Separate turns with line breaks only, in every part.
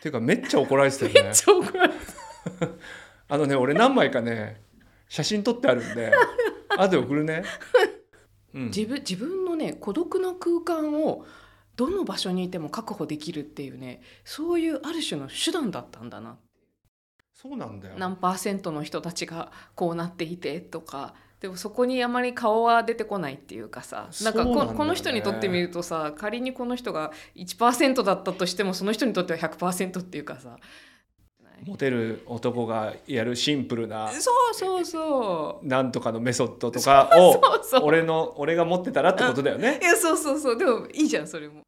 ていうかめっちゃ怒られてたよ
め
ね
っちゃ怒られて
あのね俺何枚かね写真撮ってあるん で後で送るねうん
自分自分のね孤独な空間をどの場所にいても確保できるっていうねそういうある種の手段だったんだな
そうなんだよ
何パーセントの人たちがこうなっていてとかでもそこにあまり顔は出てこないっていうかさなん
そうな
かこ
んだよね
この人にとってみるとさ仮にこの人が1%だったとしてもその人にとっては100%っていうかさ
モテる男がやるシンプルな
そうそうそ
なんとかのメソッドとかを
うそう
俺の俺が持ってたらってことだよね
いやそうそうそうでもいいじゃんそれも。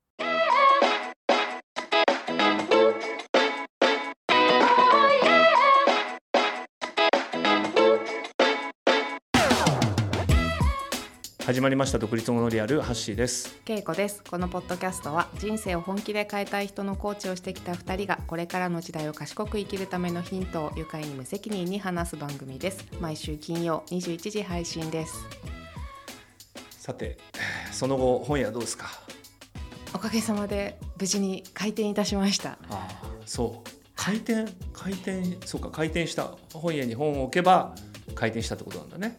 始まりました独立モノリアルハッシーです
けいこですこのポッドキャストは人生を本気で変えたい人のコーチをしてきた2人がこれからの時代を賢く生きるためのヒントを愉快に無責任に話す番組です毎週金曜21時配信です
さてその後本屋どうですか
おかげさまで無事に開店いたしました
ああそう回転回転そうか回転した本屋に本を置けば回転したってことなんだね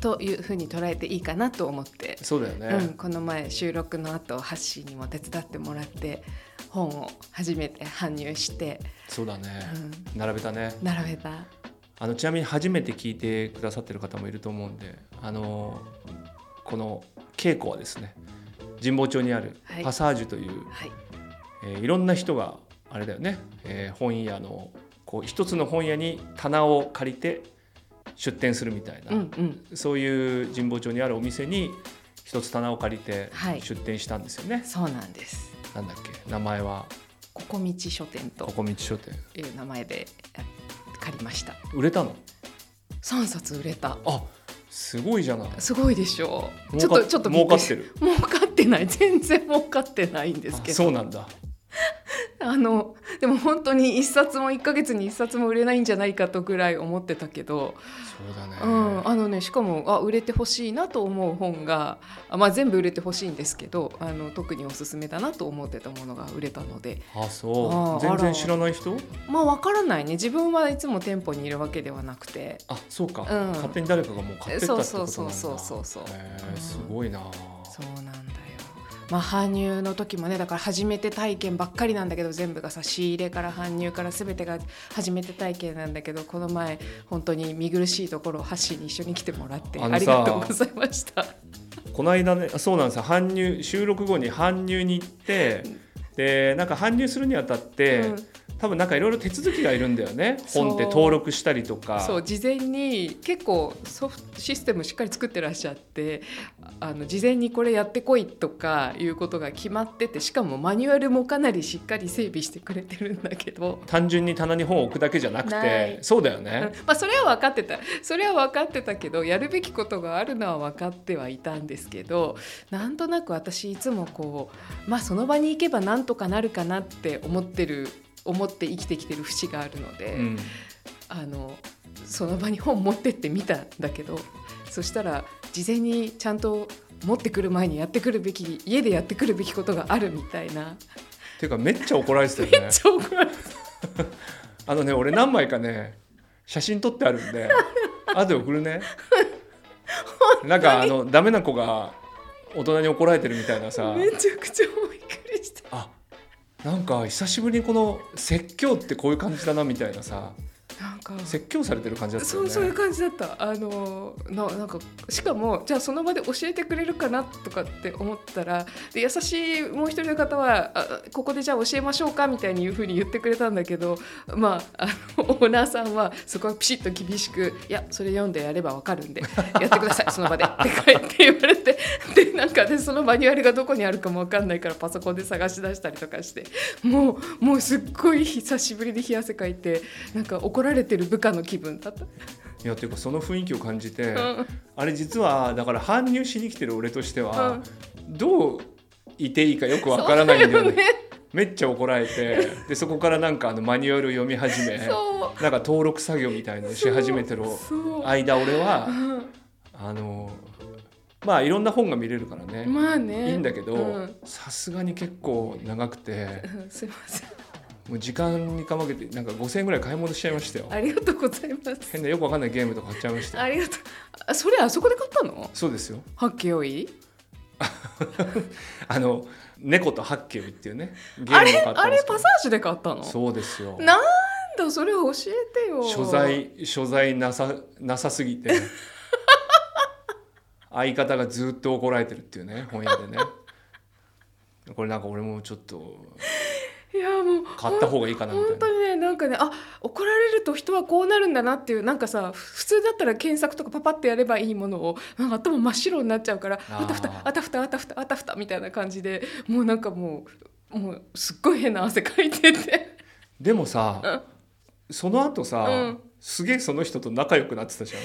というふうに捉えていいかなと思って、
そうだよね、
うん、この前収録の後ハッシーにも手伝ってもらって本を初めて搬入して、
そうだね
うん、
並べたね
並べた
あのちなみに初めて聞いてくださってる方もいると思うんであのこの稽古はですね神保町にある
はい
パサージュという、
はい
えーいろんな人があれだよね、えー本屋のこう一つの本屋に棚を借りて出店するみたいな、
うんうん
そういう神保町にあるお店に一つ棚を借りて
はい
出店したんですよね、
そうなんです
なんだっけ名前は
ここみち書店と
ここ道書店
いう名前でや借りました
売れたの
3冊売れた
あすごいじゃない
すごいでしょうちょ
儲
っ
か
とちょっとび
儲
っ
か
くり
ってる
儲かってない全然儲かってないんですけ
あ
ど
そうなんだ
あのでも本当に1冊も1ヶ月に1冊も売れないんじゃないかとぐらい思ってたけど、
そうだね、
うん、あのねしかもあ売れてほしいなと思う本が、あまあ、全部売れてほしいんですけどあの特におすすめだなと思ってたものが売れたので
あそ
あ
う
ー
全
あ
然
ら
知らない人
まあ分からないね自分はいつも店舗にいるわけではなくて
あそうか、
うん
勝手に誰かがもう買ってったってことなんだ
そうそうそうそうそう
へー
うん
すごいな、
そうなんだよ。まあ、搬入の時もねだから初めて体験ばっかりなんだけど全部がさ仕入れから搬入から全てが初めて体験なんだけどこの前本当に見苦しいところをハッシーに一緒に来てもらって
あのさ
ありがとうございました。
この間ねあそうなんですよ搬入収録後に搬入に行ってでなんか搬入するにあたって、
うん
多分なんかいろいろ手続きがいるんだよね
そう
本って登録したりとか
そう事前に結構ソフトシステムしっかり作ってらっしゃってあの事前にこれやってこいとかいうことが決まっててしかもマニュアルもかなりしっかり整備してくれてるんだけど
単純に棚に本を置くだけじゃなく
な
て
い
そうだよ
うん
ね、
まあ、それは分かってたそれは分かってたけどやるべきことがあるのは分かってはいたんですけどなんとなく私いつもこう、まあ、その場に行けばなんとかなるかなって思ってる思って生きてきてる節があるので、
うん、
あのその場に本持ってってみたんだけどそしたら事前にちゃんと持ってくる前にやってくるべき家でやってくるべきことがあるみたいな。
ていうかめっちゃ怒られてたよ
め
ね
っちゃ怒られた
あのね俺何枚かね写真撮ってあるん で後で送るねなんかあのダメな子が大人に怒られてるみたいなさ
めちゃくちゃびっくりした
あなんか久しぶりにこの説教ってこういう感じだなみたいなさ
なんか
説教されてる感じだった
そ
よ
う
ね
そういう感じだったあのななんかしかもじゃあその場で教えてくれるかなとかって思ったらで優しいもう一人の方はあ「ここでじゃあ教えましょうか」みたいにいうふうに言ってくれたんだけどまああのオーナーさんはそこはピシッと厳しく「いやそれ読んでやればわかるんでやってくださいその場で」って書いて言われてでなんか私そのマニュアルがどこにあるかもわかんないからパソコンで探し出したりとかしてもうもうすっごい久しぶりに冷や汗かいてなんか怒られてる部下の気分だった。
いやっていうかその雰囲気を感じて、
うん
あれ実はだから搬入しに来てる俺として
う
は
ん、
どういていいかよくわからないんだよね
ね
めっちゃ怒られてでそこからなんかあのマニュアルを読み始め
そ
なんか登録作業みたいなの
う
し始めてる
そう
間俺は
う
あのまあいろんな本が見れるからね
ん、まあね
いいんだけど
うん
さすがに結構長くて
うんすいません
もう時間にかまけてなんか5,000円ぐらい買い戻しちゃいましたよ
ありがとうございます
変なよくわかんないゲームとか買っちゃいましたよ
ありがとうあそれあそこで買ったの
そうですよ
ハッケオイ
あの猫とハッケウイっていうねゲームを
あれ
買った
あ
んで
れ
すけ
パ
ど
サージュで買ったの
そうですよ
なんだそれ教えてよ
所在所在なさなさすぎて 相方がずっと怒られてるっていうね本屋でねこれなんか俺もちょっと
いやもう
買った方がいいかなみた
本
いな
当にねなんかねあ怒られると人はこうなるんだなっていうなんかさふ普通だったら検索とかパパってやればいいものをなんか頭真っ白になっちゃうから
あー
あたふたあたふたあたふたあたふたみたいな感じでもうなんかもうもうすっごい変な汗かいて て
でもさその後さ、
うん
すげえその人と仲良くなってたじゃん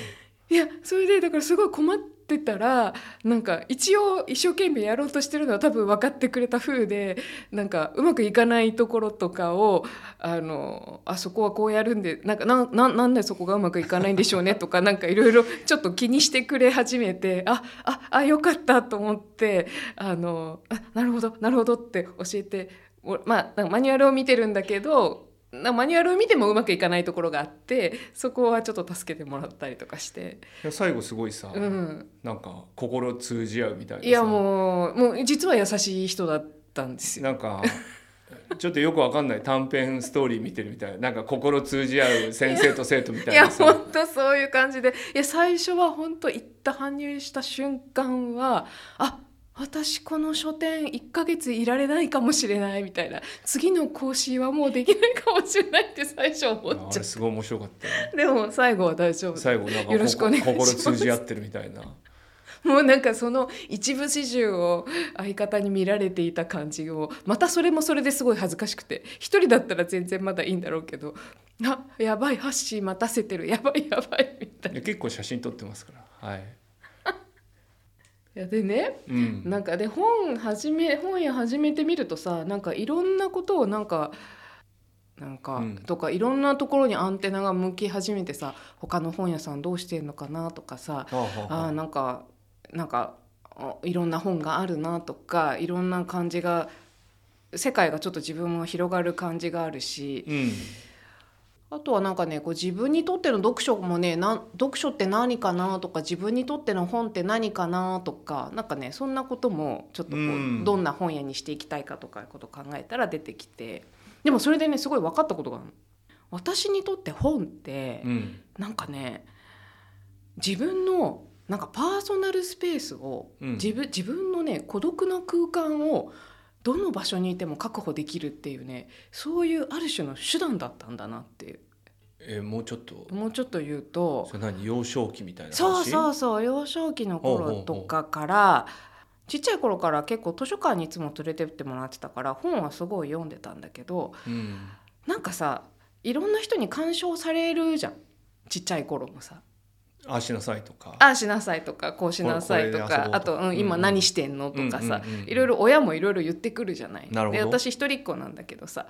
いやそれでだからすごい困ってたらなんか一応一生懸命やろうとしてるのは多分分かってくれた風でなんかうまくいかないところとかをあのあそこはこうやるんでなんかなんなんなんでそこがうまくいかないんでしょうねとかなんかいろいろちょっと気にしてくれ始めてあああよかったと思ってあのあなるほどなるほどって教えておまあなんかマニュアルを見てるんだけどなマニュアルを見てもうまくいかないところがあってそこはちょっと助けてもらったりとかして。
いや最後すごいさ、
うん、
なんか心通じ合うみたいなさ
いやもうもう実は優しい人だったんですよ。
なんかちょっとよくわかんない短編ストーリー見てるみたいななんか心通じ合う先生と生徒みた
い
い
や
なさ
本当そういう感じでいや最初は本当行った搬入した瞬間はあ私この書店1ヶ月いられないかもしれないみたいな次の講師はもうできないかもしれないって最初思っ
あ
ちゃ
れすごい面白かったよ
うでも最後は大丈夫
最後なんか
よろしくお願いします
心通じ合ってるみたいな
もうなんかその一部始終を相方に見られていた感じをまたそれもそれですごい恥ずかしくて一人だったら全然まだいいんだろうけど「あやばいハッシー待たせてるやばいやばい」みたい
い
な。
や結構写真撮ってますからはい、
いやでね
うん、
なんかで本始め本屋始めてみるとさなんかいろんなことをなんかなんか、
うん
とかいろんなところにアンテナが向き始めてさ他の本屋さんどうしてんのかなとかさ
ああはあ
あーなんかなんかあいろんな本があるなとかいろんな感じが世界がちょっと自分も広がる感じがあるし
うん
あとはなんかねこう自分にとっての読書もねなん読書って何かなとか自分にとっての本って何かなとかなんかねそんなこともちょっとこう、
うん
どんな本屋にしていきたいかとかいうことを考えたら出てきてでもそれでねすごい分かったことがあるの私にとって本って、
うん
なんかね自分のなんかパーソナルスペースを、
うん
自分自分のね孤独な空間をどの場所にいても確保できるっていうねそういうある種の手段だったんだなっていう
えーもうちょっと
もうちょっと言うと
それ何幼少期みたいな
そう
話
そううそう幼少期の
ほうほうほ
頃
う
とかからちっちゃい頃から結構図書館にいつも連れてってもらってたから本はすごい読んでたんだけど
うん
なんかさいろんな人に干渉されるじゃんちっちゃい頃もさ。
ああしなさいとか
ああしなさいとかこうしなさいと
これこれで遊ぼ
か
うと
あと、う、
うんん
今何してんのとかさ、
うんうんうんうん
いろいろ親もいろいろ言ってくるじゃない
なるほど
で私一人っ子なんだけどさ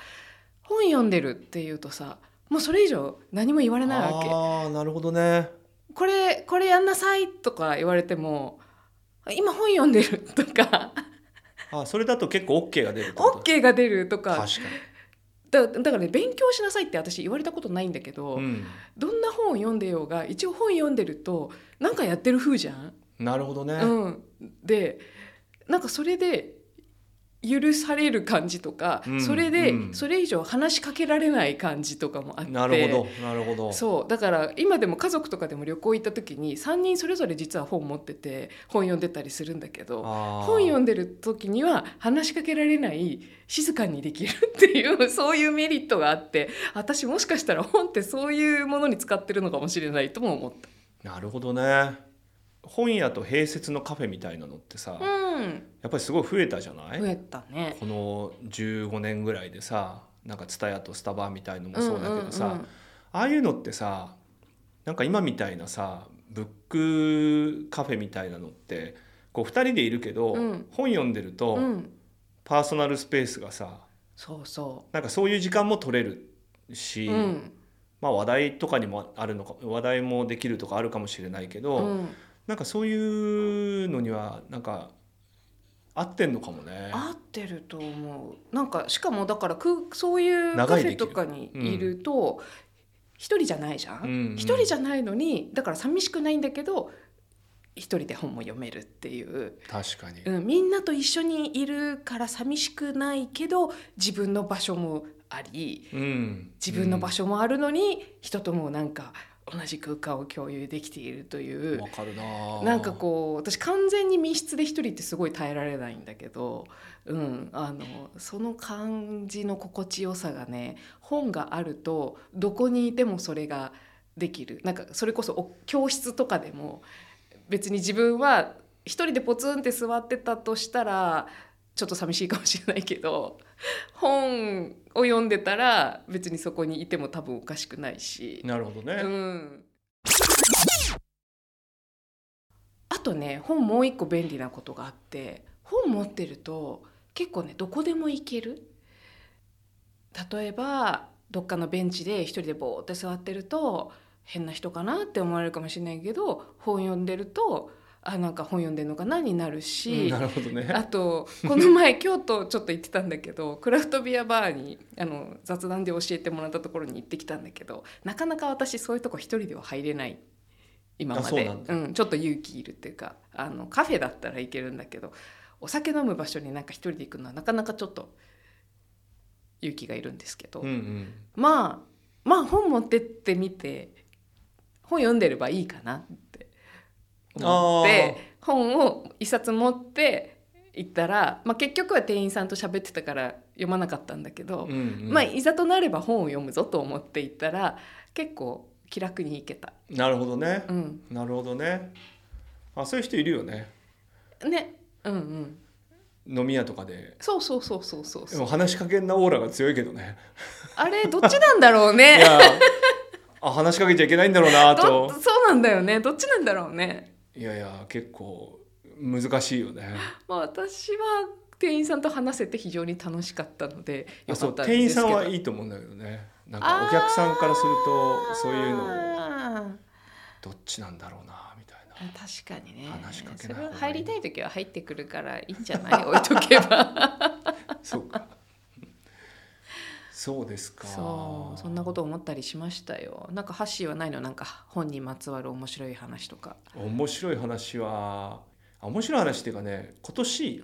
本読んでるっていうとさもうそれ以上何も言われないわけ
ああなるほどね
これこれやんなさいとか言われても今本読んでる とか
あそれだと結構 OK が出るってこと
OK が出ると
確
かだだからね勉強しなさいって私言われたことないんだけど、
かに、うん、
どんな本を読んでようが一応本読んでるとなんかやってる風じゃん。
なるほどね、
うん、でなんかそれで許される感じとか、
うん
それで
うん
それ以上話しかけられない感じとかもあって
なるほどなるほど
そうだから今でも家族とかでも旅行行った時に3人それぞれ実は本持ってて本読んでたりするんだけど本
本
読んでる時には話しかけられない静かにできるっていう そういうメリットがあって私もしかしたら本ってそういうものに使ってるのかもしれないとも思っ
なるほどね本屋と併設のカフェみたいなのってさ、
た。
や
うん、
っぱりすごい増えたじゃない、
増えたね
この15年ぐらいでさなんか蔦屋とスタバみたいのもそうだけどさ、
うんうんうん
ああいうのってさなんか今みたいなさブックカフェみたいなのってこう2人でいるけど、
うん
本読んでると、
うん、
パーソナルスペースがさ
そうそ
なんかそういう時間も取れるし、
う。うん、
まあ、話題とかにもあるのか話題もできるとかあるかもしれないけ
う
ど、
ん、
なんかそういうのにはなんか合ってんのかもね
合ってると思うなんかしかもだからくそういうカフ
長いで
ェ
きる
とかにいると一、人じゃないじゃん
うんうん
一、人じゃないのにだから寂しくないんだけど一人で本も読めるっていう、
確かに、
うん、みんなと一緒にいるから寂しくないけど自分の場所もあり
うん、
自分の場所もあるのに、人ともなんか同じ空間を共有できているという
うんわ、かるな
なんかこう私完全に密室で一人ってすごい耐えられないんだけど、うん、あのその感じの心地よさがね本があるとどこにいてもそれができるなんかそれこそお教室とかでも別に自分は一人でポツンって座ってたとしたらちょっと寂しいかもしれないけど本を読んでたら別にそこにいても多分おかしくないし。
なるほどね、
うん、あとね本もう一個便利なことがあって本持ってると結構ねどこでも行ける例えばどっかのベンチで一人でぼーって座ってると変な人かなって思われるかもしれないけど本読んでるとあなんか本読んでんのかなになるし、
うんなるほどね
あとこの前京都ちょっと行ってたんだけどクラフトビアバーにあの雑談で教えてもらったところに行ってきたんだけどなかなか私そういうとこ一人では入れない今ま
あそう
で
なんだ
ん、ちょっと勇気いるっていうかあのカフェだったらいけるんだけどお酒飲む場所になんか一人で行くのはなかなかちょっと勇気がいるんですけど、
うんうん
まあまあ本持ってってみて本読んでればいいかなって思って本を一冊持って行ったら、まあ、結局は店員さんと喋ってたから読まなかったんだけど
う、んうん
まあいざとなれば本を読むぞと思って行ったら結構気楽に行けた。
なるほどね
う、ん、
なるほどねあそういう人いるよね
ねうんうん
飲み屋とかで
そうそうそうそうそう
で
そう
も話しかけんなオーラが強いけどね
あれどっちなんだろう
い
ね
やあ話しかけちゃいけないんだろうな
ど
と
そうなんだよねどっちなんだろうね
いやいや結構難しいよね
まあ、私は店員さんと話せて非常に楽しかったので
あ
よ
そ
か
う
った
店員さんはいいいと思うんだけどねなんかお客さんからするとそういうの
の
どっちなんだろうなみたいな
確かにね
話しかけ
そ
ない方が
れ
いい
は入りたい時は入ってくるからいいんじ ゃない置いとけば
そうかそうですか
そうそんなこと思ったりしましたよなんかハッシーはないのなんか本にまつわる面白い話とか
面白い話はあ面白い話っていうかね今年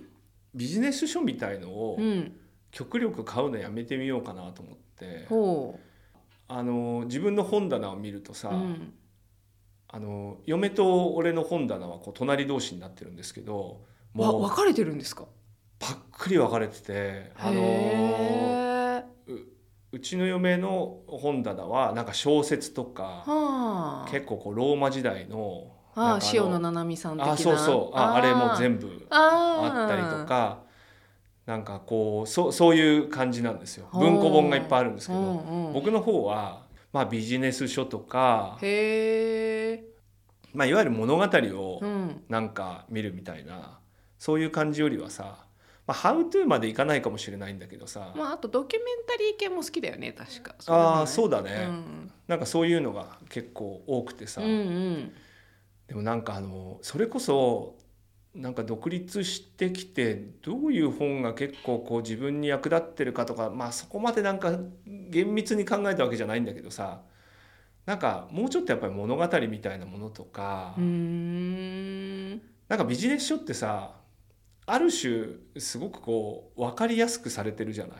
ビジネス書みたいのを
うん
極力買うのやめてみようかなと思って、
ほ
あの自分の本棚を見るとさ、
ううん
あの嫁と俺の本棚はこう隣同士になってるんですけど
わ
もう
分かれてるんですか
パックリ分かれててあの
へー
うちの嫁の本棚はなんか小説とか
はあ
結構こうローマ時代の
あ
なん
あ
かあの
塩野七海さん的な
あそうそうああれも全部
あー
あったりとかなんかこうそうそういう感じなんですよ
ほう
文庫本がいっぱいあるんですけ
う
ど
んうん
僕の方は、まあ、ビジネス書とか、
へえ、
まあ、いわゆる物語を
うん、
なんか見るみたいなそういう感じよりはさ「まあ、ハウトゥー」までいかないかもしれないんだけどさ、
まああとドキュメンタリー系も好きだよね確か
ああ
う
そうだ
だね
ね、なんかそういうのが結構多くてさ、
うんうん
でもなんかあのそれこそなんか独立してきてどういう本が結構こう自分に役立ってるかとかまあそこまでなんか厳密に考えたわけじゃないんだけどさなんかもうちょっとやっぱり物語みたいなものとか、
うんうーん
なんかビジネス書ってさある種すごくこう分かりやすくされてるじゃない。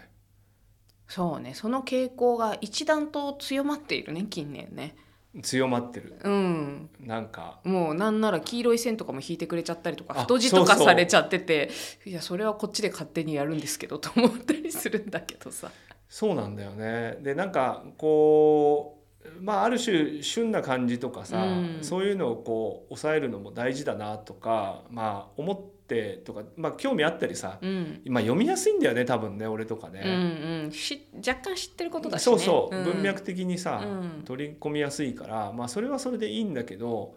そうねその傾向が一段と強まっているね近年ね
強まってる
うん
なんか
もうなんなら黄色い線とかも引いてくれちゃったりとか
あ
太字とか
そうそう
されちゃってていやそれはこっちで勝手にやるんですけどと思ったりするんだけどさ
そうなんだよねでなんかこうまあある種旬な感じとかさ、
うん
そういうのをこう抑えるのも大事だなとかまあ思ってとかまあ興味あったりさ
うん
今読みやすいんだよね多分ね俺とか
うん
ね。
うんし若干知ってることだし
そ
ね
うそう、
ん
文脈的にさ、
うん
取り込みやすいからまあそれはそれでいいんだけど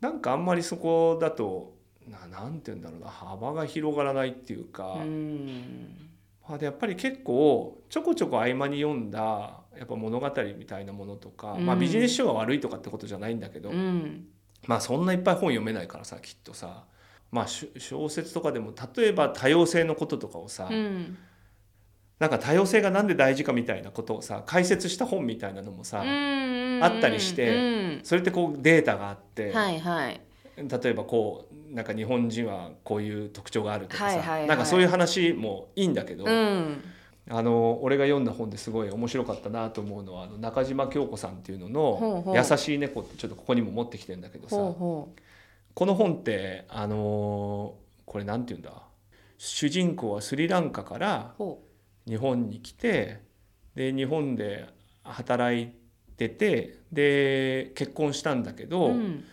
なんかあんまりそこだとななんて言うんだろうな幅が広がらないっていうか。
うん
まあ、でやっぱり結構ちょこちょこ合間に読んだやっぱ物語みたいなものとか、
うん
まあ、ビジネス書が悪いとかってことじゃないんだけど、
うん
まあそんないっぱい本読めないからさきっとさまあ、し小説とかでも例えば多様性のこととかをさ、
うん
なんか多様性がなんで大事かみたいなことをさ解説した本みたいなのもさ、
うん
あったりして
うん
それってこうデータがあって、
はいはい
例えばこうなんか日本人はこういう特徴があるとかさ、
はいはいはい
なんかそういう話もいいんだけど、
うん
あの俺が読んだ本ですごい面白かったなと思うのはあの中島京子さんっていうの
ほう
の「
ほう
優しい猫」ってちょっとここにも持ってきてるんだけどさ
ほうほ
この本ってあのーこれなんて言うんだ主人公はスリランカから
うほ
日本に来てで日本で働いててで結婚したんだけ
う
ど、
うん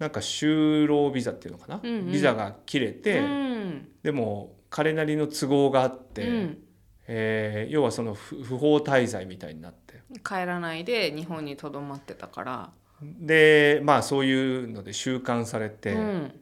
なんか就労ビザっていうのかな、
うんうん
ビザが切れて、
うん
でも彼なりの都合があって、
うん
えー要はその不不法滞在みたいになって
帰らないで日本にとどまってたから
でまあそういうので収監されて、
うん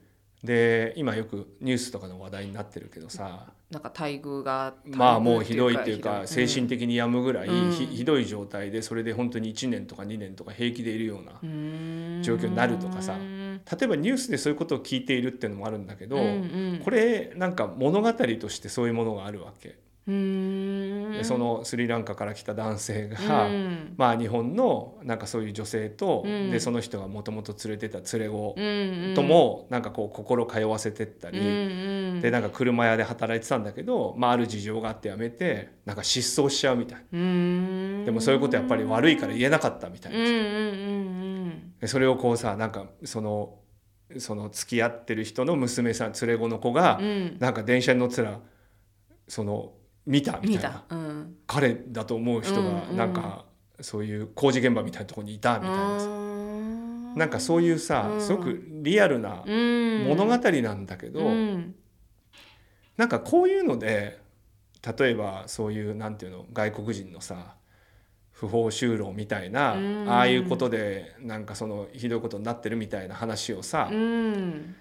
で今よくニュースとかの話題になってるけどさ
なんか待遇が
まあもうひどいっていうか
ひど
精神的に病むぐらい
うん
ひひどい状態でそれで本当に1年とか2年とか平気でいるような
うん
状況になるとかさ
うん
例えばニュースでそういうことを聞いているっていうのもあるんだけど、
うんうん
これなんか物語としてそういうものがあるわけ、
うー
で
ん
そのスリランカから来た男性が、
うん
まあ、日本のなんかそういう女性と、
うん
でその人がもともと連れてた連れ子
うんうん
ともなんかこう心通わせてったり、
うんうん
でなんか車屋で働いてたんだけど、まあ、ある事情があって辞めてなんか失踪しちゃうみたいな
うーん
でもそういうことやっぱり悪いから言えなかったみたい
うん
な、
うんうん
でそれをこうさなんかそのその付き合ってる人の娘さん連れ子の子が
うんうん
なんか電車に乗ってたらその見たみ
見
たいな
たうん
彼だと思う人が
うんうん
なんかそういう工事現場みたいなところにいたみたいなさ
な
なんかそういうさ
うん
すごくリアルな物
物
語なんだけど
うん
なんかこういうので例えばそういうなんていうの外国人のさ不法就労みたいな
うん
ああいうことでなんかそのひどいことになってるみたいな話をさ
うん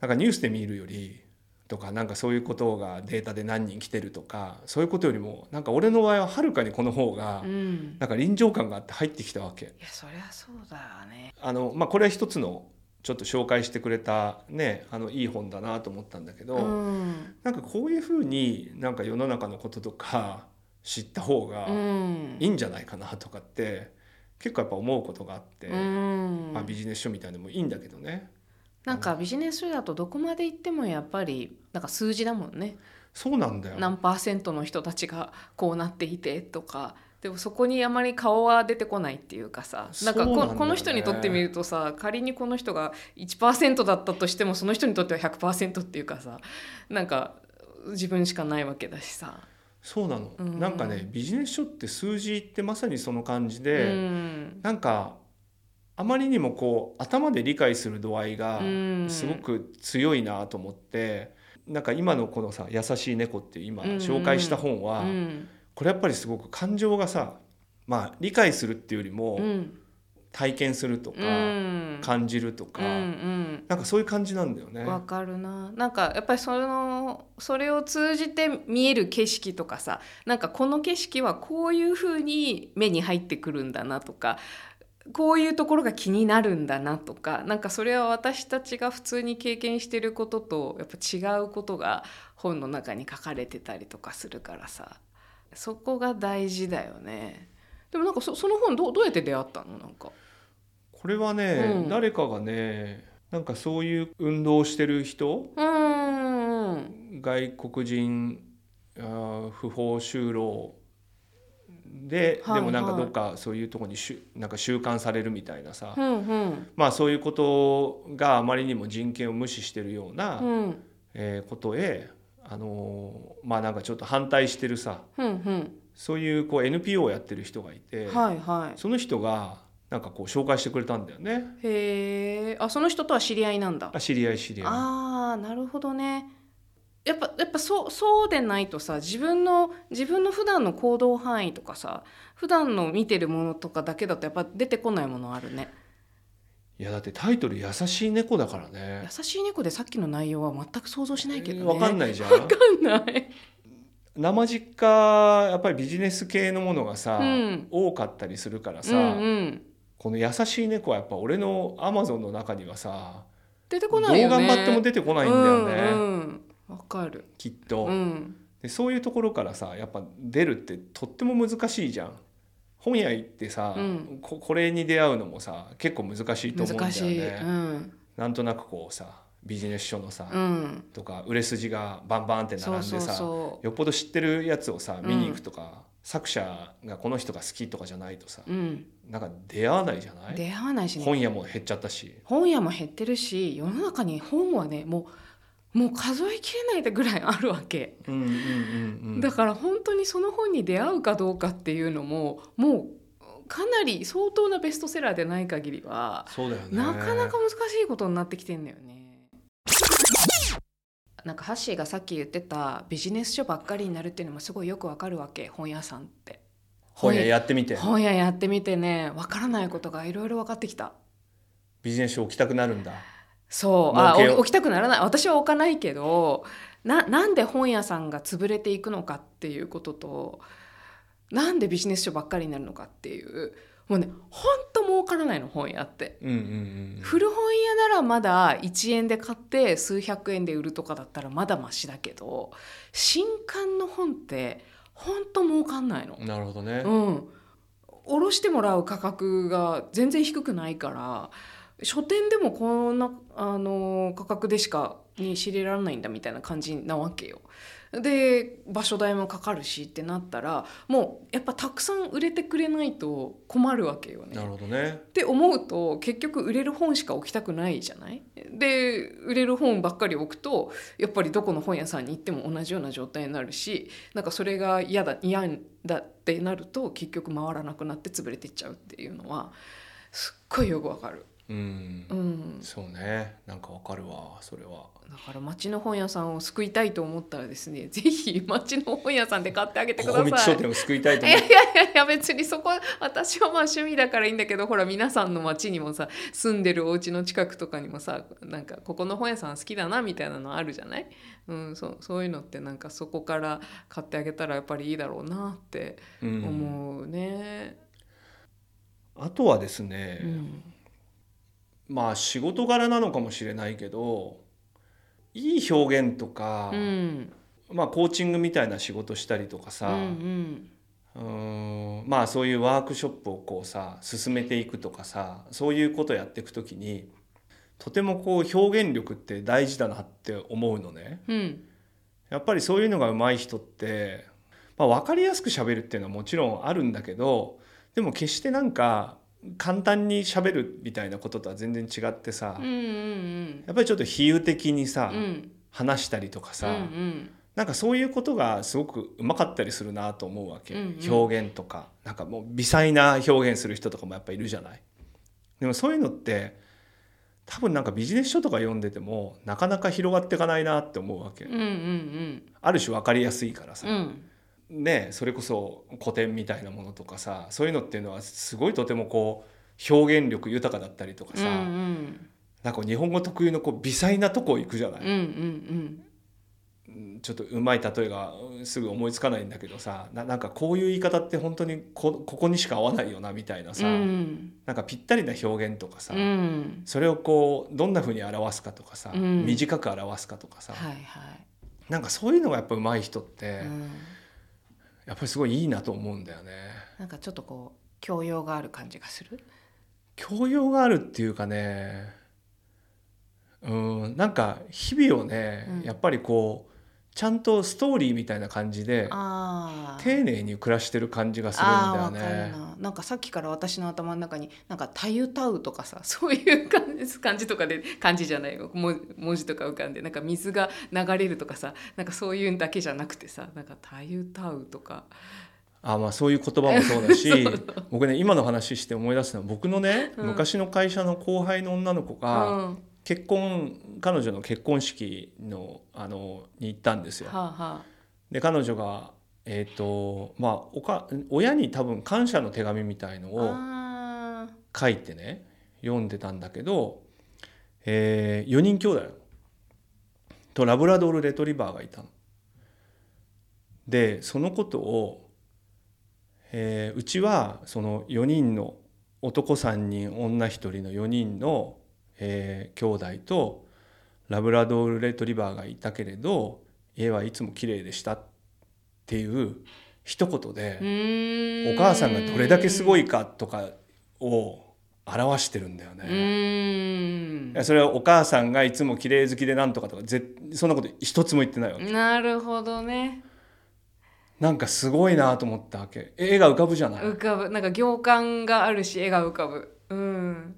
なんかニュースで見るよりとかなんかそういうことがデータで何人来てるとかそういうことよりもなんか俺の場合ははるかにこの方が
うん
なんか臨場感があって入ってきたわけ。
いやそりゃそうだよね
あのまあ、これは一つのちょっと紹介してくれた、ね、あのいい本だなと思ったんだけど、
うん
なんかこういうふうになんか世の中のこととか知った方が
うん
いいんじゃないかなとかって結構やっぱ思うことがあって、
うん
まあ、ビジネス書みたいなのもいいんだけどね
なんかビジネス書だとどこまで行ってもやっぱりなんか数字だもんね
そうなんだよ
何パーセントの人たちがこうなっていてとかでもそこにあまり顔は出てこないっていうかさなん
そうな
かこ
んだよね
この人にとってみるとさ仮にこの人が1%だったとしてもその人にとっては100%っていうかさなんか自分しかないわけだしさ。
そうなの、
うん
なんかねビジネス書って数字ってまさにその感じ
う
で、
ん
なんかあまりにもこう頭で理解する度合いが、
うん
すごく強いなと思って、なんか今のこのさ「優しい猫」っていう今
うんうん
紹介した本は、
うん
これやっぱりすごく感情がさまあ理解するっていうよりも、
うん
体験するとか、
うん
感じるとか、
うん
なんかそういう感じなんだよね。
わかるななんかやっぱりそのそれを通じて見える景色とかさなんかこの景色はこういう風に目に入ってくるんだなとかこういうところが気になるんだなとかなんかそれは私たちが普通に経験してることとやっぱ違うことが本の中に書かれてたりとかするからさそこが大事だよね。でもなんかそその本どうどうやって出会ったのなんか。
これはね、
うん
誰かがねなんかそういう運動をしてる人
うーん
外国人あー不法就労で、
は
で
い
もなんか
はい
どっかそういうとこにしゅなんか収監されるみたいなさ、
うんうん
まあ、そういうことがあまりにも人権を無視してるような、
うん
えーことへ、あのーまあなんかちょっと反対してるさ
うん
そういうこう NPO をやってる人がいて、
うんはいはい
その人がなんかこう紹介してくれたんだよね
へえあその人とは知り合いなんだ
あ知り合い知り合
あーなるほどねやっぱやっぱそうそうでないとさ自分の自分の普段の行動範囲とかさ普段の見てるものとかだけだとやっぱ出てこないものあるね
いいやだってタイトル「優しい猫」だからね
優しい猫でさっきの内容は全く想像しないけどね
わかん
ない
ないじゃん
わかんない
生実家やっぱりビジネス系のものがさ、
うん
多かったりするからさ、
うんうん
この「優しい猫」はやっぱ俺のアマゾンの中にはさ
出て
ど
こ
う
ないよね
頑張っても出てこないんだよね、
うんうんわかる
きっと、
うん
でそういうところからさやっぱ出るってとっても難しいじゃん本屋行ってさ、
うん
ここれに出会うのもさ結構難しいと思うんだよ
難しい、
ね、
うん
なんとなくこうさビジネス書のさ、
うん
とか売れ筋がバンバンって並
そ
ん
う
でさ
そうそ
よっぽど知ってるやつをさ
うん
見に行くとか、作者がこの人が好きとかじゃないとさ
ううん
なんか出会わないじゃない
出会わないしね
本屋も減っちゃったし
本屋も減ってるし世の中に本はねもうもう数えきれないぐらいあるわけ、
うんうんうんうん
だから本当にその本に出会うかどうかっていうのももうかなり相当なベストセラーでない限りは
そうだよね
なかなか難しいことになってきてんだよね。なんかハッシーがさっき言ってたビジネス書ばっかりになるっていうのもすごいよくわかるわけ本屋さんって
本屋やってみて
本屋やってみてねわからないことがいろいろ分かってきた
ビジネス書置きたくなるんだ
そうあ
儲けよう
お置きたくならない私は置かないけどななんで本屋さんが潰れていくのかっていうこととなんでビジネス書ばっかりになるのかっていうもうねほんと儲からないの本屋って。
うんうんうん
古本屋ならまだ1円で買って数百円で売るとかだったらまだマシだけど新刊の本ってほんと儲かんないの。
なるほどね、
うん、下ろしてもらう価格が全然低くないから書店でもこんなあの価格でしかに仕入れられないんだみたいな感じなわけよ。で場所代もかかるしってなったらもうやっぱたくさん売れてくれないと困るわけよね。
なるほどね
って思うと結局売れる本しか置きたくないじゃないで売れる本ばっかり置くとやっぱりどこの本屋さんに行っても同じような状態になるしなんかそれが嫌だ嫌だってなると結局回らなくなって潰れていっちゃうっていうのはすっごいよくわかる。
うん、
うん
そうねなんかわかるわそれは
だから町の本屋さんを救いたいと思ったらですねぜひ町の本屋さんで買ってあげてくだ
こ
さい。
こ道書店を救いたいと
い
思
や
っ
い
て
やいや別にそこ私はまあ趣味だからいいんだけどほら皆さんの町にもさ住んでるお家の近くとかにもさなんかここの本屋さん好きだなみたいなのあるじゃない、うん、そそういうのってなんかそこから買ってあげたらやっぱりいいだろうなって
うん
思うね。
あとはですね、
うん
まあ仕事柄なのかもしれないけどいい表現とか、
うん
まあ、コーチングみたいな仕事したりとか
う
さ、
ん
うーんまあそういうワークショップをこうさ進めていくとかさそういうことやっていくときにとてもこう表現力って大事だなって思うのね。
うんうん
やっぱりそういうのが上手い人って、まあ、分かりやすく喋るっていうのはもちろんあるんだけどでも決してなんか簡単に喋るみたいなこととは全然違ってさ、
うんうん
やっぱりちょっと比喩的にさ、
うんうん
話したりとかさ、
うん
なんかそういうことがすごくうまかったりするなと思うわけ、
うんうん
表現とかなんかもう微細な表現する人とかもやっぱいるじゃないでもそういうのって多分なんかビジネス書とか読んでてもなかなか広がっていかないなって思うわけ、
うんうんうん
ある種分かりやすいからさ、
うん
ねそれこそ古典みたいなものとかさそういうのっていうのはすごいとてもこう表現力豊かだったりとかさ、
うんうん
なんかこう日本語特有のこう微細なとこ行くじゃない、
うんうん
ちょっとうまい例えがうんすぐ思いつかないんだけどさななんかこういう言い方って本当にこここにしか合わないよなみたいなさ、
うん
なんかぴったりな表現とかさ、
うん
それをこうどんな風に表すかとかさ、
うん
短く表すかとかさ、
はいはい
なんかそういうのがやっぱ上手い人って、
うん
やっぱりすごいいいなと思うんだよね。
なんかちょっとこう教養がある感じがする。
教養があるっていうかねうんなんか日々をね、
うん
やっぱりこうちゃんとストーリーみたいな感じで
あー
丁寧に暮らしてる感じがする
あーわ
ん
か
だ
る
よね。
な。なんかさっきから私の頭の中になんかたゆたうとかさ そういう感じ感じとかで感じじゃないよも文字とか浮かんでなんか水が流れるとかさなんかそういうんだけじゃなくてさなんかたゆたうとか。
あまあそういう言葉もそうだし 僕ね今の話して思い出すのは僕のね、
うん
昔の会社の後輩の女の子
うん、
が、
は
結婚彼女の結婚式のあのに行ったんです
あ
よ。
は
で彼女がえーとまあ、おか親に多分感謝の手紙みたいの
あ。
を
あー
書いてね読んでたんだけど、え4人兄弟とラブラドール・レトリバーがいたの。でそのことを、えーうちはその4人の男3人女1人の4人の、ええー兄弟とラブラドール・レトリバーがいたけれど家はいつも綺麗でしたっていう一言
う
で、
ーん
お母さんがどれだけすごいかとかを表してるんだよ
う
ね。
ー
それはお母さんがいつも綺麗好きでなんとかとかぜそんなこと一つも言ってないわけ、
んなるほどね
なんかすごいなと思ったわけ絵が浮かぶじゃない、
浮かぶなんか行間があるし絵が浮かぶうん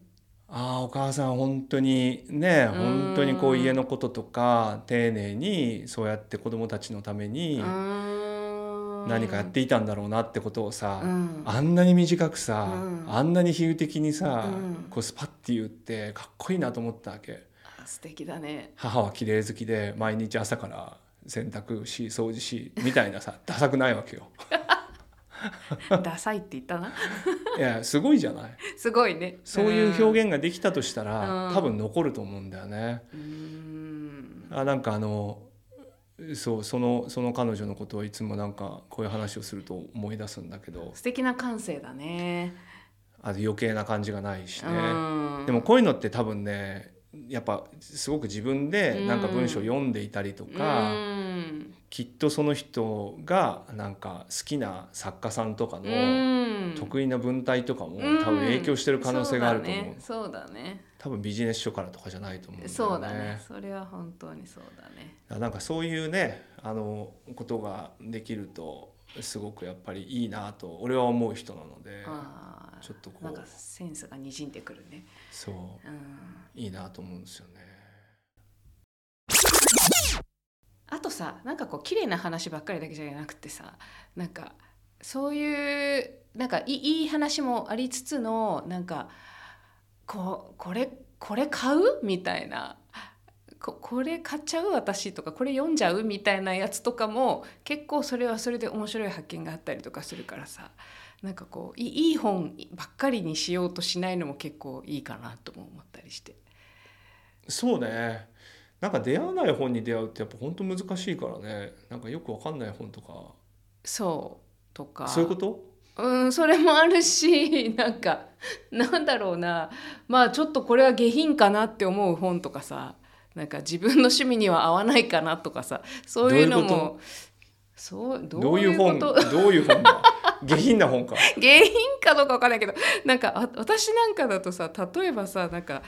ああお母さん本当にね本当にこ
う
うん家のこととか丁寧にそうやって子供たちのために何
何
かやっていたんだろうなってことをさ、
うん
あんなに短くさ、
うん
あんなに比喩的にさ、
うん
こうスパッて言ってかっこいいなと思ったわけ
素敵だね
母は綺麗好きで毎日朝から洗濯し掃除しみたいな さダサくないわけよ
ダサいって言ったな
いやすごいじゃない
すごいね
そういう表現ができたとしたら、
うん
多分残ると思うんだよね
うーん
あなんかあのそうそのその彼女のことをいつもなんかこういう話をすると思い出すんだけど
素敵な感性だね
あと余計な感じがないしね、
うん
でもこういうのって多分ねやっぱすごく自分でなんか文章を読んでいたりとか、
うん
きっとその人がなんか好きな作家さんとかの
うん
得意な文体とかも多
うん
分影響してる可能性があると思う,、
そうだね
多分ビジネス書からとかじゃないと思うんだよね。
そうだねそうだねそれは本当にそうだね
だからなんかそういうねあのことができるとすごくやっぱりいいなと俺は思う人なので
ああ
ちょっとこう
なんかセンスがにじんでくるね
そう
うん
いいなと思うんですよね。
あとさなんかこう綺麗な話ばっかりだけじゃなくてさなんかそういうなんかいいいい話もありつつのなんかこうこれこれ買うみたいなここれ買っちゃう私とかこれ読んじゃうみたいなやつとかも結構それはそれで面白い発見があったりとかするからさなんかこういいいい本ばっかりにしようとしないのも結構いいかなとも思ったりして。
そうねなんか出会わない本に出会うってやっぱ本当難しいからねなんかよくわかんない本とか
そうとか
そういうこと
うん、それもあるし、 なんか、なんだろうな、まあちょっとこれは下品かなって思う本とかさ、なんか自分の趣味には合わないかなとかさ、そういうの
どういう
も、そう、ど
ど
う
うい
いう
う
こ
本
と
どういう本だ下品な本か
原因かどうかわかんないけどなんかあ私なんかだとさ例えばさなんか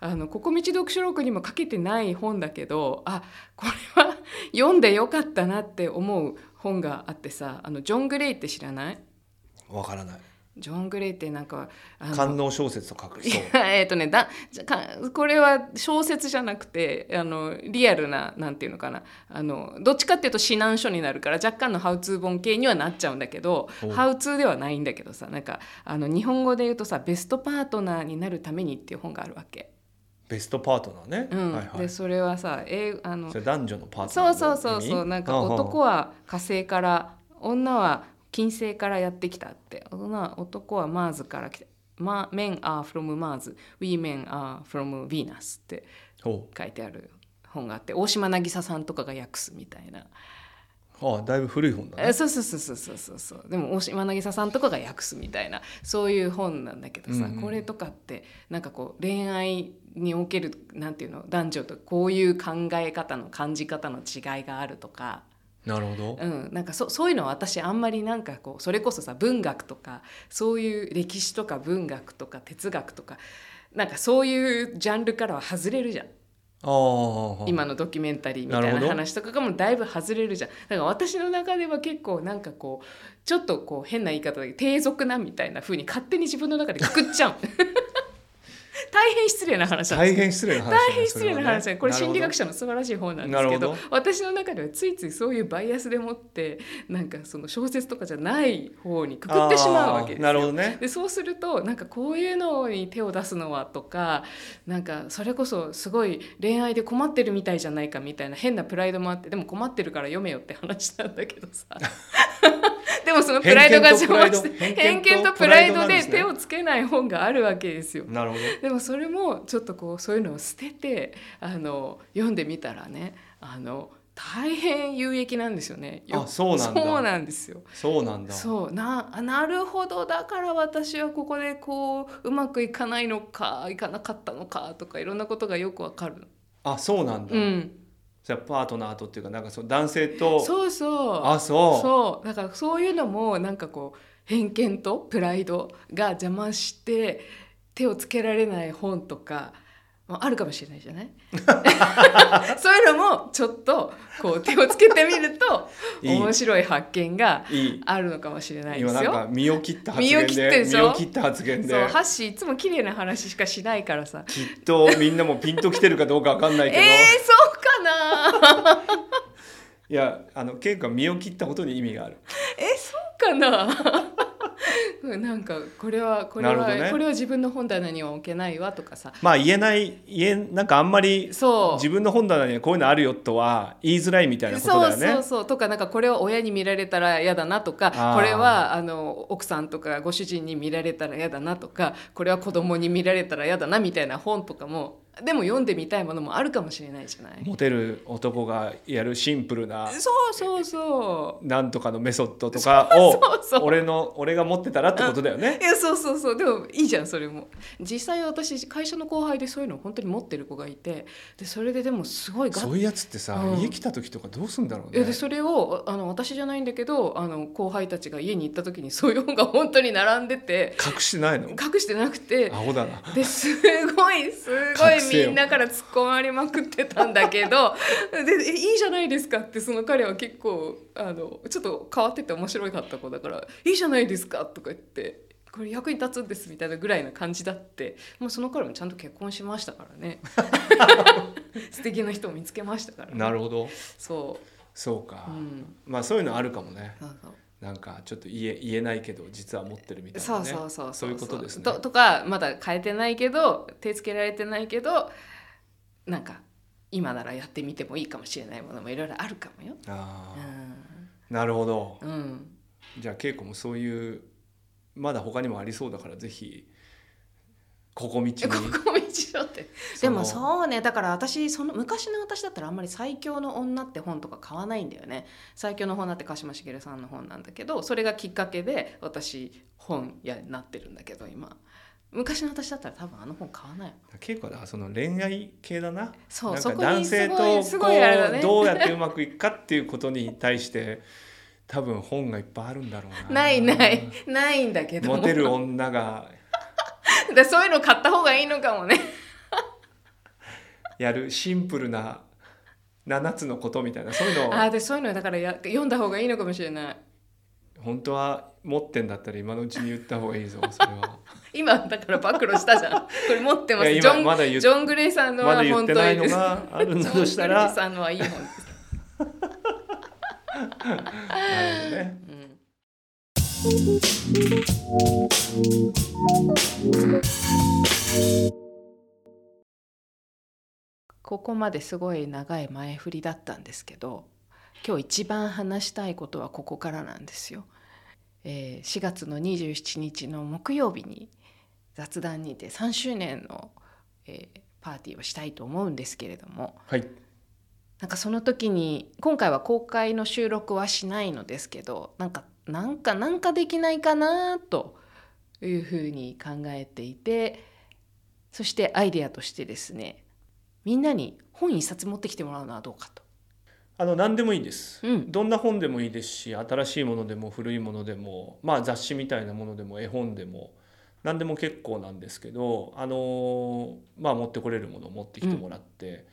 あの「ここ道読書録」にも書けてない本だけどあこれは 読んでよかったなって思う本があってさあのジョン・グレイって知らない
わからない
ジョン・グレイってなんかあの
官能小説と書く
い
そう
や えっ、とねだじゃかこれは小説じゃなくてあのリアルななんていうのかなあのどっちかっていうと指南書になるから若干のハウツー本系にはなっちゃうんだけど
お
ハウツーではないんだけどさなんかあの日本語で言うとさ「ベストパートナーになるために」っていう本があるわけ。
ベストパートナーね、
うん
はいは
で
い
それはさ英あの
それ男女のパートナ
そ
ー
うそうそうそうなんか男
は
は火星から女は金星からやってきたって女は男はマーズから来た。ま、men are from Mars, women are from Venus って
お
書いてある本があって大島渚さんとかが訳すみたいな、
ああだいぶ古い本だ
え
ね
そうそうそうそうそうそうそうでも大島渚さんとかが訳すみたいなそういう本なんだけどさ、
うんうん
これとかってなんかこう恋愛におけるなんていうの男女とこういう考え方の感じ方の違いがあるとか
なるほど、
うん、なんかそそういうのは私あんまりなんかこうそれこそさ文学とかそういう歴史とか文学とか哲学とかなんかそういうジャンルからは外れるじゃん
ああ
今のドキュメンタリーみたい
なる
な
ほど
話とかがもうだいぶ外れるじゃんだから私の中では結構なんかこうちょっとこう変な言い方だけど低俗なみたいな風に勝手に自分の中でくくっちゃう 大変失礼な話なんです
大変失礼な話だね
大変失礼な話だねこれ心理学
者
者の素晴らしい方なんですけ
なる
ど
ほど
私の中ではついついそういうバイアスでもってなんかその小説とかじゃない方にくくってしまうわけです
なるほ
よ。
どね
でそうするとなんかこういうのに手を出すのはとかなんかそれこそすごい恋愛で困ってるみたいじゃないかみたいな変なプライドもあってでも困ってるから読めよって話なんだけどさ でもそのプライドが邪魔して
偏
偏見
見
と
と
プ
プ
ラ
ラ
イ
イ
ド
ド
で
で
手をつけない本があるわけですよ。
なるほど
でもそれもちょっとこうそういうのを捨ててあの読んでみたらねあの大変有益なんですよね。よ
あそうなんだ
そうなんですよ。
そうなんだ
そうなあなるほどだから私はここでこううまくいかないのかいかなかったのかとかいろんなことがよくわかる。
あそうなんだ、
うん、
じゃあパートナーとっていうかなんかその男性と
そうそう。
あそう
そうだからそういうのもなんかこう偏見とプライドが邪魔して手をつけられない本とか、まあ、あるかもしれないじ ゃない そういうのもちょっとこう手をつけてみると
いい
面白い発見が
いい
あるのかもしれないで
今な
す
ん
よ。
か身を切った発言
身を切って
で
でしょ
切った発言
そう
で
ハッシーいつも綺麗な話しかしないからさ
きっとみんなもピンときてるかどうかわかんな
え
い
ー、
けど、
そうかな
いやあの結構身を切ったことに意味がある
えそうかな うんなんかこれはこれ
なる
は、
ほどね
これは自分の本棚には置けないわとかさ
まあ言えない言えなんかあんまり
そう
自分の本棚にはこういうのあるよとは言いづらいみたいなことだよね。
そうそうそうとかなんかこれは親に見られたら嫌だなとか
あー
これはあの奥さんとかご主人に見られたら嫌だなとかこれは子供に見られたら嫌だなみたいな本とかもでも読んでみたいものもあるかもしれないじゃない
モテる男がやるシンプルな
そうそうそ
なんとかのメソッドとかを
そうそう
俺の俺が持ってたらってことだよね
う。いやそうそうそうでもいいじゃんそれも実際私会社の後輩でそういうの本当に持ってる子がいてでそれででもすごいガッ
そういうやつってさ、
うん
家来た時とかどうすんだろう
えで
ね。
それをあの私じゃないんだけどあの後輩たちが家に行った時にそういう本が本当に並んでて
隠してないの。
隠してなくて
アホだな。
ですごいす
隠
ご
せ
い
よ
みんなから突っ込まれまくってたんだけどでえいいじゃないですかってその彼は結構あのちょっと変わってて面白かった子だから「いいじゃないですか」とか言って。これ役に立つんですみたいなぐらいな感じだってもうその彼もちゃんと結婚しましたから ね素敵な人を見つけましたから、ね、
なるほど。
そ
そうか。
う、うん、
まあそういうのあるかもね。
そうそう
なんかちょっと言え言えないけど実は持ってるみたい
そ
な
う
ね。
そうそう
そういうことですね。
ととかまだ変えてないけど手つけられてないけどなんか今ならやってみてもいいかもしれないものもいろいろあるかもよ。
ああ、
う
なるほど。
ん、うん、
じゃあ稽古もそういうまだ他にもありそうだからぜひここ道に
え ここ道所って
そ
で
の
もそうねだから私その昔の私だったらあんまり「最強の女」って本とか買わないんだよね「最強の女」って鹿島茂さんの本なんだけどそれがきっかけで私本屋になってるんだけど今昔の私だったら多分あの本買わない
稽古だその恋愛系だな
そう
なん
そ
か
こに
男
す
性と
ごいすごいあれだね
こうどうやってうまくいくかっていうことに対して多分本がいっぱいあるんだろうな
ないないないんだけども
モテる女が
でそういうの買った方がいいのかもね
やるシンプルな7つのことみたいなそういうの
あー
を
でそういうのだからや読んだ方がいいのかもしれない
本当は持ってんだったら今のうちに言った方がいいぞそれは
今だから暴露したじゃんこれ持ってま
い
す
や
ジ
今
ョン、
まだ言っ
ジョングレイさんの
ま
は
だ言っ
本
て
当
ないい
い
の
です
があるん
ジ
だ
ョング
と
レイ
したら
さんのはいい本です、
なるほどね
うんここまですごい長い前振りだったんですけど今日一番話したいことはここからなんですよ。えー4月の27日の木曜日に雑談にて3周年の、えーパーティーをしたいと思うんですけれども
はい
なんかその時に今回は公開の収録はしないのですけどなんかなんかなんかできないかなというふうに考えていてそしてアイデアとしてですねみんなに本一冊持ってきてもらうのはどうかと。
あの何でもいいです、
うん
どんな本でもいいですし新しいものでも古いものでも、まあ、雑誌みたいなものでも絵本でも何でも結構なんですけど、あのーまあ、持ってこれるものを持ってきてもらって、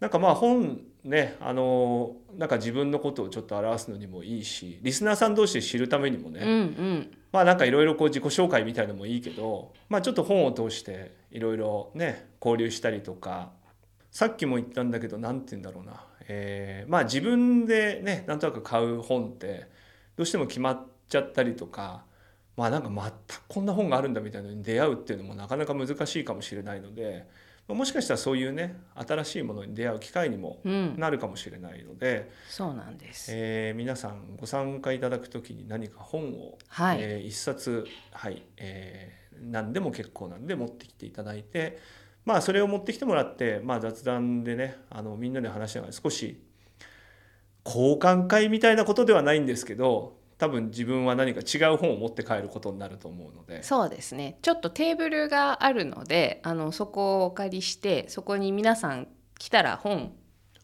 なんかまあ本ね、あのーなんか自分のことをちょっと表すのにもいいしリスナーさん同士で知るためにもね、
うんうん
まあなんかいろいろこう自己紹介みたいのもいいけど、まあ、ちょっと本を通していろいろね交流したりとかさっきも言ったんだけど何て言うんだろうな、えーまあ自分でねなんとなく買う本ってどうしても決まっちゃったりとかまあなんか全くこんな本があるんだみたいなのに出会うっていうのもなかなか難しいかもしれないので、まあもしかしたらそういうね新しいものに出会う機会にも
うん
なるかもしれないので、
そうなんです。
えー皆さんご参加いただく時に何か本を
はい、
えー一冊、はいえー何でも結構なんで持ってきていただいて、まあ、それを持ってきてもらって、まあ、雑談でねあのみんなで話しながら少し交換会みたいなことではないんですけど多分自分は何か違う本を持って帰ることになると思うので
そうですねちょっとテーブルがあるのであのそこをお借りしてそこに皆さん来たら本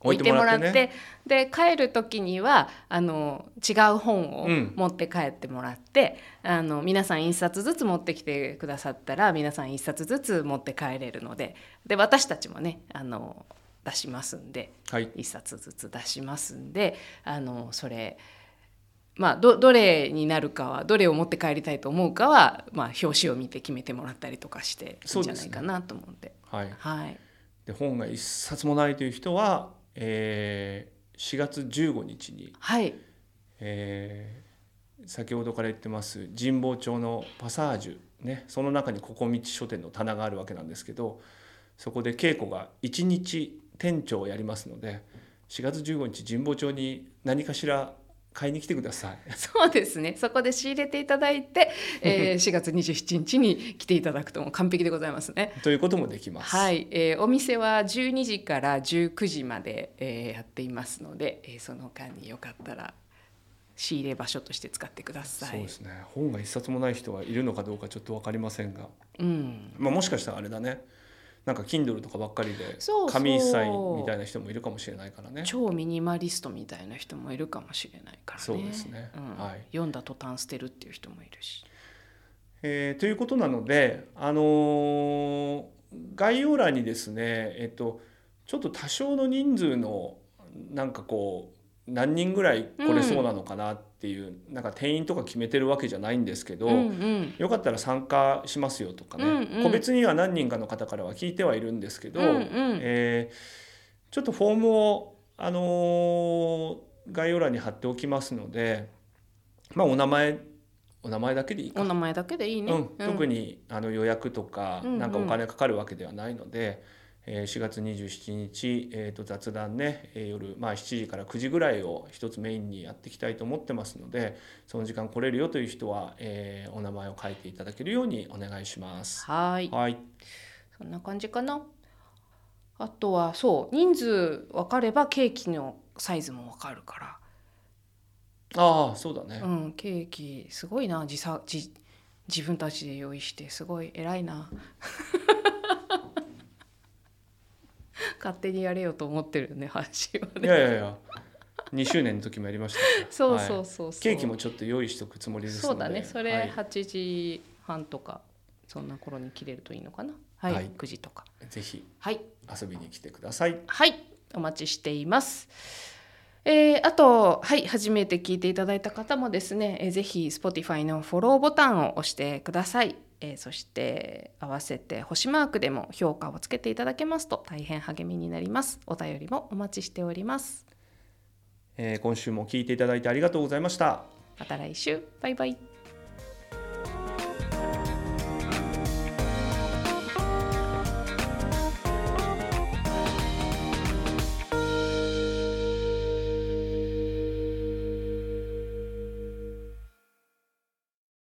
置いてもらって
ね
で帰る時にはあの違う本を
うん
持って帰ってもらって、あの皆さん一冊ずつ持ってきてくださったら皆さん一冊ずつ持って帰れるのでで私たちもねあの出しますんで
はい
一冊ずつ出しますんであのそれまあどどれになるかはどれを持って帰りたいと思うかは、まあ、表紙を見て決めてもらったりとかしていいんじゃないかなと思うんで。
はい
はい、
で本が一冊もないという人は、えー4月15日に、
はい
えー先ほどから言ってます神保町のパサージュ、ね、その中にここみち書店の棚があるわけなんですけどそこで稽古が1日店長をやりますので4月15日神保町に何かしら買いに来てくださ い。
そうですね。そこで仕入れていただいて、えー 4月27日に来ていただくともう完璧でございますね。
ということもできます。
はい、えーお店は12時から19時まで、えーやっていますので、えーその間によかったら仕入れ場所として使ってくだ
そ
さ
う
い。
ですね本が一冊もない人がいるのかどうかちょっと分かりませんが、
うん。
まあ、もしかしたらあれだねなんか Kindle とかばっかりで
そうそう
紙一切みたいな人もいるかもしれないからね
超ミニマリストみたいな人もいるかもしれないからね。
そうですね
うん
はい
読んだ途端捨てるっていう人もいるし。
えーということなので、あのー概要欄にですね、えっと、ちょっと多少の人数のなんかこう何人ぐらい来れそうなのかなっていう、なんか定員とか決めてるわけじゃないんですけど、
うんうん。
よかったら参加しますよとかね、
うんうん
個別には何人かの方からは聞いてはいるんですけど、
うんうん
えーちょっとフォームを、あのー概要欄に貼っておきますので、まあ、お名前お名前だけでいいか
お名前だけでいいね。
うん、特にあの予約とか、
うんうん
なんかお金かかるわけではないので、えー4月27日、えー、と雑談ね、えー夜、まあ、7時から9時ぐらいを一つメインにやっていきたいと思ってますのでその時間来れるよという人は、えーお名前を書いていただけるようにお願いします。
はい。
はい、
そんな感じかな。あとはそう人数分かればケーキのサイズも分かるか
ああそうだね
ら、、うん、ケーキすごいな自さ自自分たちで用意してすごい偉いな 勝手にやれよと思ってるよね話はいね
やいやいや2周年の時もやりましたから
そうそうそうそう、
はいケーキもちょっと用意しておくつもりですので
そうだねそ
は
れ
い
8時半とか、そんな頃に切れるといいのかなはい、
はい
9時とか
ぜひ
はい
遊びに来てください。
はい、お待ちしています。えーあと、はい、初めて聞いていただいた方もですね、えーぜひ Spotify のフォローボタンを押してください。えーそして合わせて星マークでも評価をつけていただけますと大変励みになります。お便りもお待ちしております。
えー今週も聞いていただいてありがとうございました。
また来週、バイバイ。